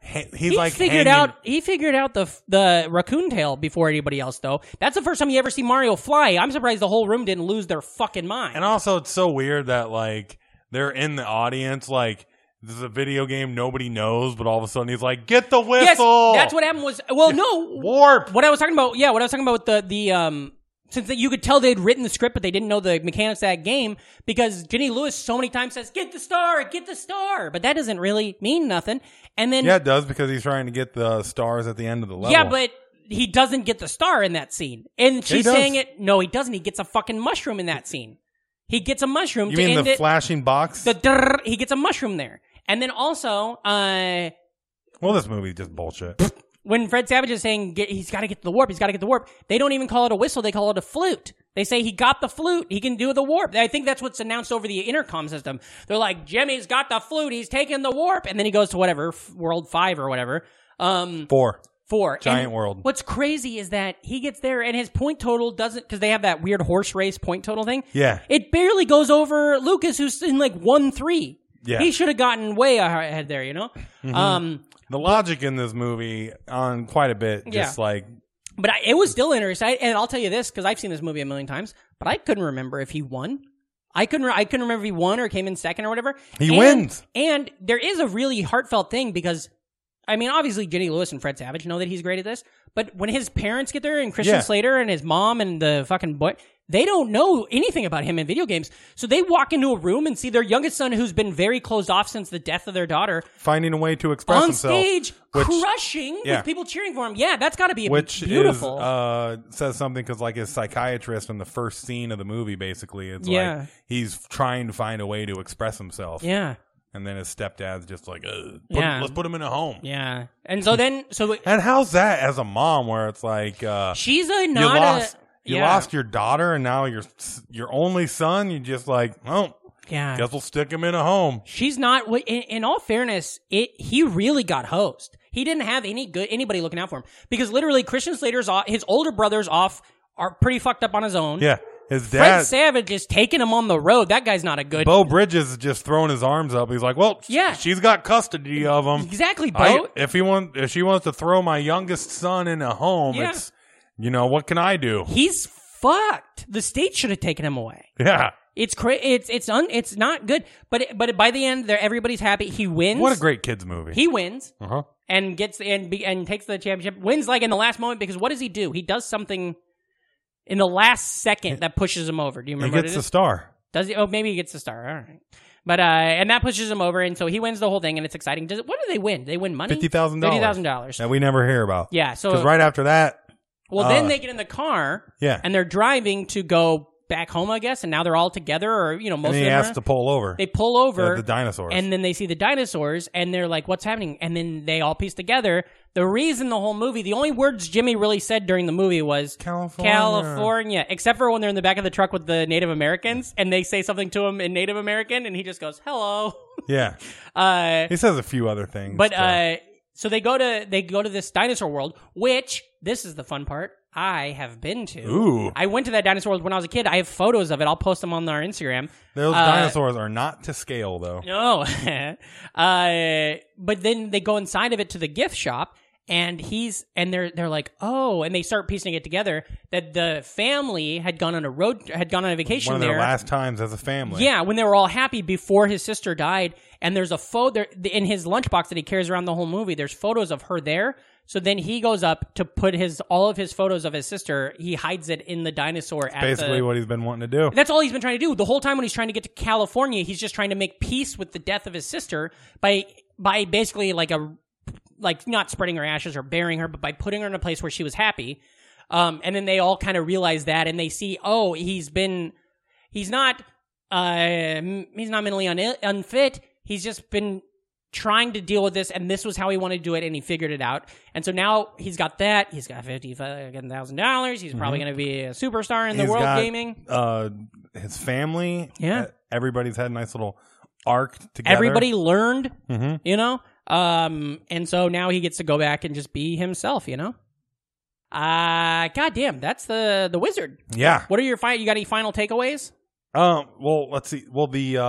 he- he's he like figured hanging- out he figured out the the raccoon tail before anybody else though. That's the first time you ever see Mario fly. I'm surprised the whole room didn't lose their fucking mind. And also, it's so weird that like they're in the audience, like this is a video game nobody knows, but all of a sudden he's like, "Get the yes, whistle!" that's what happened was well no warp. what I was talking about. Yeah, what I was talking about with the the um since that you could tell they'd written the script but they didn't know the mechanics of that game because Jenny Lewis so many times says get the star, get the star, but that doesn't really mean nothing. And then Yeah, it does because he's trying to get the stars at the end of the level. Mm. Yeah, but he doesn't get the star in that scene. And she's does. saying it. No, he doesn't. He gets a fucking mushroom in that scene. He gets a mushroom you to mean end the it. flashing box? the drrr, he gets a mushroom there. And then also, uh, well, this movie's just bullshit. <laughs> when Fred Savage is saying get, he's got to get the warp, he's got to get the warp, they don't even call it a whistle. They call it a flute. They say he got the flute. He can do the warp. I think that's what's announced over the intercom system. They're like, Jimmy's got the flute. He's taking the warp. And then he goes to whatever, f- World 5 or whatever. Um, Four. four Giant And world. What's crazy is that he gets there and his point total doesn't because they have that weird horse race point total thing. Yeah. it barely goes over Lucas, who's in like one three. Yeah. Mm-hmm. he should have gotten way ahead there. You know, um, The logic in this movie on quite a bit, just Yeah. like but I, it was still interesting. I, and I'll tell you this because I've seen this movie a million times, but I couldn't remember if he won. I couldn't. re- I couldn't remember if he won or came in second or whatever. He And- wins. and there is a really heartfelt thing because, I mean, obviously Jenny Lewis and Fred Savage know that he's great at this, but when his parents get there and Christian Yeah. Slater and his mom and the fucking boy, they don't know anything about him in video games. So they walk into a room and see their youngest son, who's been very closed off since the death of their daughter, finding a way to express on himself, stage which crushing yeah. with people cheering for him. Yeah, that's got to be which beautiful. is uh, says something because like his psychiatrist in the first scene of the movie, basically, it's Yeah. like he's trying to find a way to express himself. yeah. and then his stepdad's just like, Ugh, put- Yeah. let's put him in a home. Yeah. And so then, so <laughs> And how's that as a mom, where it's like uh, she's a you not lost, a. you yeah. lost your daughter, and now your s- your only son. You just like, oh, Yeah. guess we'll stick him in a home. She's not. wi- In, in all fairness, it he really got hosed. He didn't have any good anybody looking out for him because literally Christian Slater's off, his older brother's off are pretty fucked up on his own. Yeah, his Fred dad, Savage is taking him on the road. That guy's not a good. Bo Bridges, is just throwing his arms up. He's like, well, sh- Yeah. she's got custody of him. exactly, I- Bo. if he want, if she wants to throw my youngest son in a home, Yeah. it's you know what can I do? <laughs> He's fucked. The state should have taken him away. Yeah, It's cra- It's it's un. It's not good. But it, but by the end, there everybody's happy. He wins. what a great kids movie. He wins. uh-huh. and gets and be, and takes the championship, wins like in the last moment because what does he do? He does something in the last second that pushes him over. Do you He remember? what gets it the is? star. Does he? Oh, maybe he gets the star. All right. But uh, and that pushes him over, and so he wins the whole thing, and it's exciting. Does it, what do they win? They win money, Fifty thousand dollars. dollars. that we never hear about. Yeah. So Because right after that, well, then uh, they get in the car, yeah, and they're driving to go back home, I guess. And now they're all together, or you know, most and of he them. are- has to pull over. they pull over, the, the dinosaurs. and then they see the dinosaurs, and they're like, "What's happening?" And then they all piece together. The reason the whole movie, the only words Jimmy really said during the movie was California. California, except for when they're in the back of the truck with the Native Americans and they say something to him in Native American and he just goes, hello. <laughs> Yeah, Uh, he says a few other things, but, too. uh, so they go to, they go to this dinosaur world, which this is the fun part. I have been to. Ooh. I went to that dinosaur world when I was a kid. I have photos of it. I'll post them on our Instagram. those uh, dinosaurs are not to scale though. No. Oh, <laughs> uh, but then they go inside of it to the gift shop and he's and they're they're like, "Oh," and they start piecing it together that the family had gone on a road had gone on a vacation One of there. their last times as a family. yeah, when they were all happy before his sister died and there's a photo there in his lunchbox that he carries around the whole movie. There's photos of her there. So then he goes up to put his all of his photos of his sister. He hides it in the dinosaur at basically the, what he's been wanting to do. <laughs> that's all he's been trying to do. The whole time when he's trying to get to California, he's just trying to make peace with the death of his sister by by basically like a like not spreading her ashes or burying her, but by putting her in a place where she was happy. Um, and then they all kind of realize that, and they see, oh, he's been he's not uh m- he's not mentally un- unfit. He's just been trying to deal with this, and this was how he wanted to do it, and he figured it out. And so now he's got that. He's got fifty thousand dollars. He's probably going to be a superstar in the Mm-hmm. He's world got- gaming. Uh, his family. Yeah. uh, everybody's had a nice little arc together. everybody learned, hmm you know? Um, and so now he gets to go back and just be himself, you know? Uh goddamn, that's the the wizard. Yeah. What are your fi- you got any final takeaways? Um. Well, let's see. Well, the uh,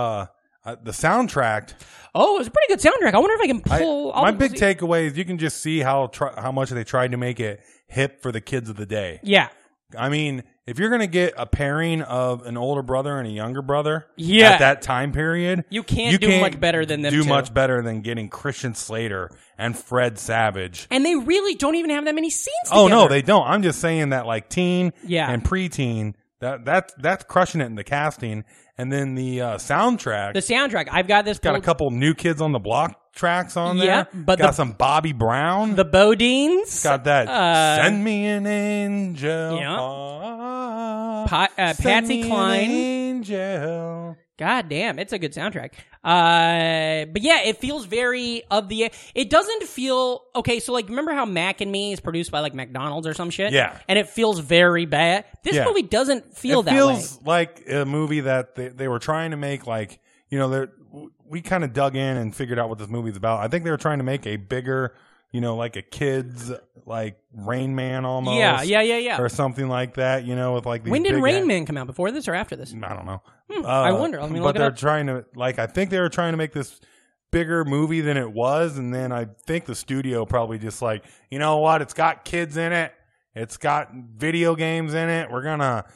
uh the soundtrack. Oh, it was a pretty good soundtrack. I wonder if I can I- pull all my the- big takeaway is you can just see how tr- how much they tried to make it hip for the kids of the day. Yeah. I mean, if you're gonna get a pairing of an older brother and a younger brother, Yeah. at that time period, You can't do much better than them Do two. much better than getting Christian Slater and Fred Savage. And they really don't even have that many scenes Oh no, together. they don't. I'm just saying that like teen Yeah. and preteen that that's that's crushing it in the casting, and then the uh, soundtrack. The soundtrack. I've got this got a pulled- couple new kids on the block tracks on there. Yep, but got the- some Bobby Brown. the Bodines. got that. uh, Send me an angel. yeah. Ah, Pa- uh, send Patsy me an Cline. angel. God damn, it's a good soundtrack. Uh, but yeah, it feels very of the. It doesn't feel okay. So like, remember how Mac and Me is produced by like McDonald's or some shit? Yeah. and it feels very bad. This Yeah. movie doesn't feel it that feels way. like a movie that they, they were trying to make like you know they're we kind of dug in and figured out what this movie's about i think they were trying to make a bigger you know like a kids like rain man almost Yeah, yeah, yeah, yeah. or something like that you know with like these When did big Rain act- Man come out? Before this or after this? i don't know Hmm, Uh, I wonder. Let me but look it they're up. trying to like i think they were trying to make this bigger movie than it was and then i think the studio probably just like you know what it's got kids in it it's got video games in it we're gonna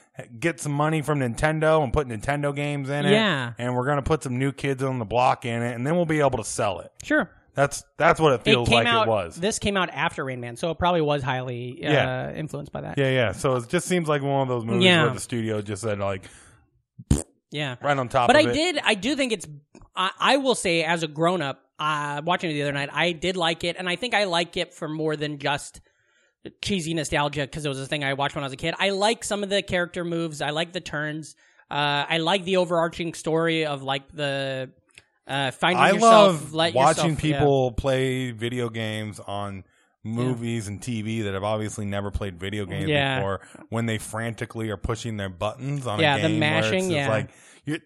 get some money from nintendo and put nintendo games in it Yeah. and we're gonna put some new kids on the block in it and then we'll be able to sell it Sure. that's that's what it feels it came like out. it was This came out after Rain Man, so it probably was highly uh, Yeah. influenced by that. yeah yeah so it just seems like one of those movies Yeah. where the studio just said like yeah. right on top But I of it did. I do think it's. I, I will say, as a grown up, uh, watching it the other night, I did like it, and I think I like it for more than just cheesy nostalgia because it was a thing I watched when I was a kid. I like some of the character moves. I like the turns. Uh, I like the overarching story of like the uh, finding I yourself. love let watching yourself- yeah. people play video games on movies and TV that have obviously never played video games Yeah. before. When they frantically are pushing their buttons on Yeah, a the game, where it's mashing, just yeah. like you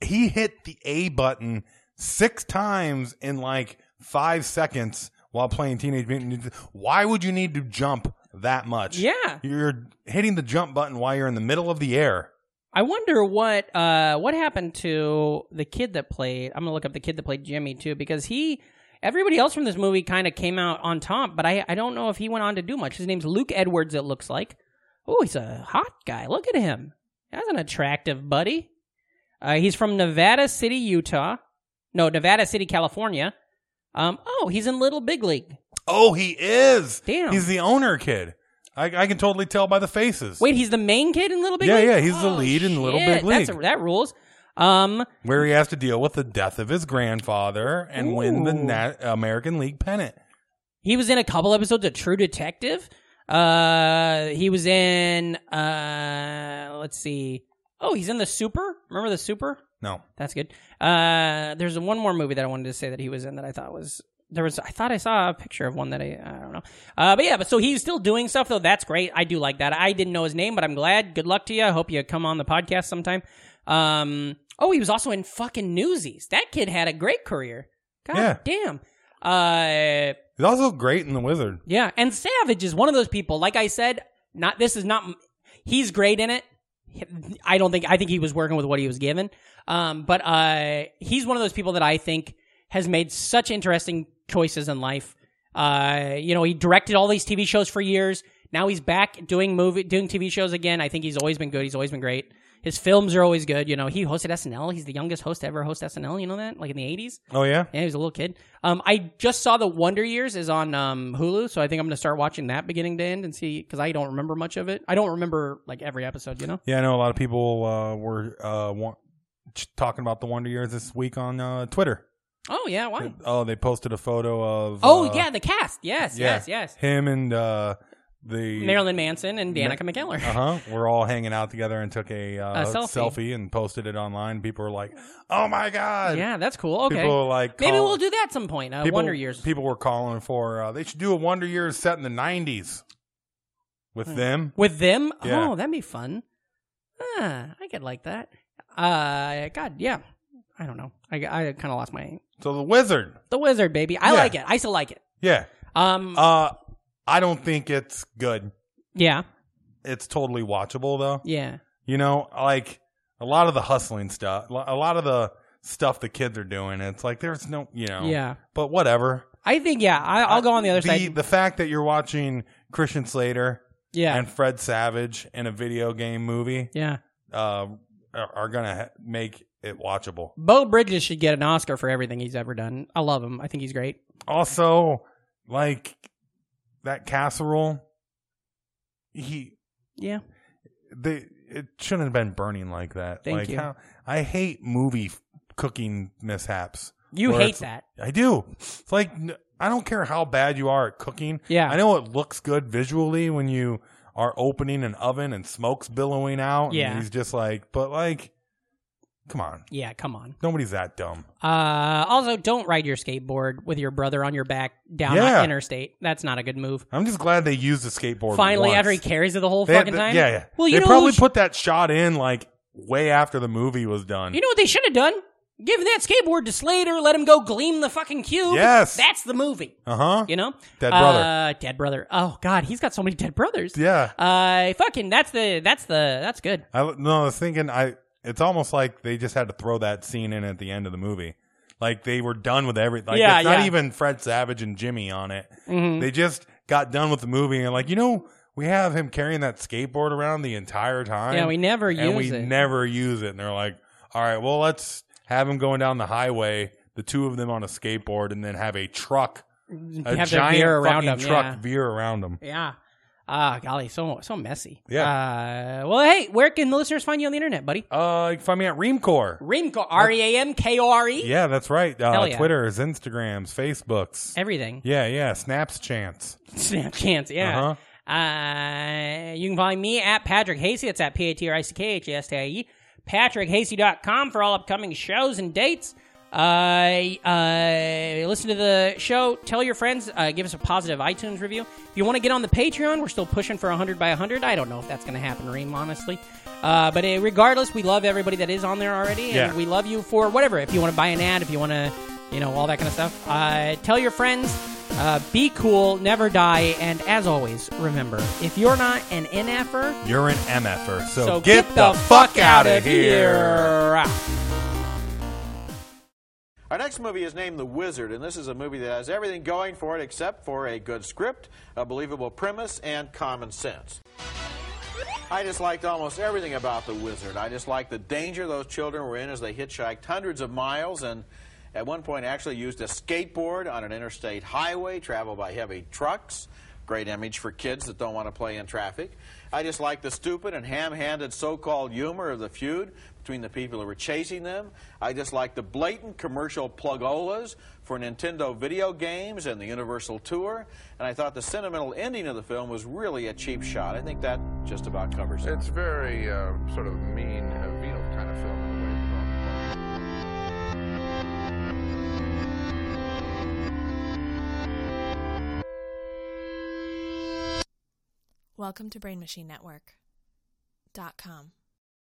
he hit the A button six times in like five seconds while playing Teenage Mutant. Ninja- Why would you need to jump that much? Yeah. you're hitting the jump button while you're in the middle of the air. I wonder what uh what happened to the kid that played. I'm gonna look up the kid that played Jimmy too because he. Everybody else from this movie kind of came out on top, but I, I don't know if he went on to do much. His name's Luke Edwards. It looks like. Oh, he's a hot guy. Look at him. That's an attractive buddy. Uh, he's from Nevada City, Utah. No, Nevada City, California. Um. Oh, he's in Little Big League. Oh, he is. Damn. He's the owner kid. I, I can totally tell by the faces. Wait, he's the main kid in Little Big Yeah, League. yeah, he's the Oh, lead in Little shit. Big That's League. that rules. Um, where he has to deal with the death of his grandfather and win the Ooh. Nat- American League pennant. he was in a couple episodes of True Detective. Uh, he was in. Uh, let's see. Oh, he's in the Super. Remember the Super? No, That's good. Uh, there's one more movie that I wanted to say that he was in that I thought was there was I thought I saw a picture of one that I I don't know. Uh, but yeah, but so he's still doing stuff though. That's great. I do like that. I didn't know his name, but I'm glad. Good luck to you. I hope you come on the podcast sometime. Um. Oh, he was also in fucking Newsies. That kid had a great career. God Yeah. damn. Uh. he's also great in The Wizard. Yeah, and Savage is one of those people. Like I said, not this is not. He's great in it. I don't think. I think he was working with what he was given. Um, but uh, he's one of those people that I think has made such interesting choices in life. Uh, you know, he directed all these TV shows for years. Now he's back doing movie, doing TV shows again. I think he's always been good. He's always been great. His films are always good. You know, he hosted SNL. He's the youngest host to ever host SNL. You know that, like in the eighties. Oh yeah, Yeah, he was a little kid. Um, I just saw the Wonder Years is on um, Hulu, so I think I'm gonna start watching that beginning to end and see because I don't remember much of it. I don't remember like every episode, you know. yeah. I know a lot of people uh, were uh, wa- ch- talking about the Wonder Years this week on uh, Twitter. Oh yeah, why? Oh, they posted a photo of. Oh uh, yeah, the cast. Yes, yeah, yes, yes. Him and uh, the Marilyn Manson and Danica McKellar. Uh huh. We're all hanging out together and took a, uh, A selfie. selfie. and posted it online. People were like, "Oh my god!" <laughs> yeah, that's cool. Okay, People were like, maybe call- we'll do that some point. Uh, people- Wonder Years. People were calling for uh, they should do a Wonder Years set in the '90s Hmm. with them. With them? Yeah. Oh, that'd be fun. Ah, I could like that. Uh, God, yeah. I don't know. I, I kind of lost my So the Wizard, the wizard, baby. I Yeah. like it. I still like it. yeah. Um, Uh, I don't think it's good. yeah, It's totally watchable though. yeah, You know, like a lot of the hustling stuff, lo- a lot of the stuff the kids are doing. It's like there's no, you know, yeah. But whatever. I think yeah. I, I'll go on the other side. The fact that you're watching Christian Slater yeah, and Fred Savage in a video game movie yeah. uh, are, are gonna ha- make it watchable. Bo Bridges should get an Oscar for everything he's ever done. I love him. I think he's great. Also, like that casserole, he Yeah. they it shouldn't have been burning like that. Thank like you. how I hate movie f- cooking mishaps. You Where hate it's- that. I do. It's like n- I don't care how bad you are at cooking. Yeah. I know it looks good visually when you are opening an oven and smoke's billowing out. and Yeah. he's just like, but like, come on, Yeah, come on. nobody's that dumb. Uh, also, don't ride your skateboard with your brother on your back down Yeah. the interstate. That's not a good move. I'm just glad they used the skateboard. Finally, once. after he carries it the whole They- fucking they- time. Yeah, yeah. Well, you they know, probably who sh- put that shot in like way after the movie was done. you know what they should have done? Given that skateboard to Slater, let him go gleam the fucking cube. Yes. that's the movie. uh huh. You know, Dead brother. Uh, dead brother. Oh God, he's got so many dead brothers. yeah. Uh, fucking. That's the. That's the. That's good. I no, I was thinking I it's almost like they just had to throw that scene in at the end of the movie. Like they were done with everything. Like Yeah, it's not yeah. even Fred Savage and Jimmy on it. Mhm. They just got done with the movie and like, you know, we have him carrying that skateboard around the entire time. Yeah, we never and use we it. never use it. And they're like, All right, well let's have him going down the highway, the two of them on a skateboard, and then have a truck a have their giant beer around fucking them. truck Yeah. veer around them. Yeah. Ah, golly, so so messy. Yeah. Uh, well, hey, where can the listeners find you on the internet, buddy? Uh you can find me at Reamcore. Remco, R E A M K O R E. Yeah, that's right. Uh, Hell yeah. Twitter's, Instagrams, Facebooks. Everything. Yeah, yeah. Snaps chance. Snap <laughs> chance. Yeah. uh you can find me at Patrick Hasey. That's at P A T R I C K H A S T I E. PatrickHasey.com for all upcoming shows and dates. Uh, uh, listen to the show. Tell your friends. Uh, give us a positive iTunes review. If you want to get on the Patreon, we're still pushing for 100 by 100. I don't know if that's going to happen, Reem, honestly. Uh, but uh, regardless, we love everybody that is on there already. And Yeah. we love you for whatever. If you want to buy an ad, if you want to, you know, all that kind of stuff. Uh, tell your friends. Uh, be cool. Never die. And as always, remember if you're not an NFer, You're an MFer, so, so get, the, fuck out of here. here. Our next movie is named The Wizard, and this is a movie that has everything going for it except for a good script, a believable premise, and common sense. I disliked almost everything about The Wizard. I disliked the danger those children were in as they hitchhiked hundreds of miles and at one point actually used a skateboard on an interstate highway traveled by heavy trucks. Great image for kids that don't want to play in traffic. I just like the stupid and ham-handed so-called humor of the feud between the people who were chasing them. I just like the blatant commercial plugolas for Nintendo video games and the Universal Tour. And I thought the sentimental ending of the film was really a cheap shot. I think that just about covers it. It's very uh, sort of mean, uh, venal kind of film. in a way. Welcome to Brain Machine Network. dot com.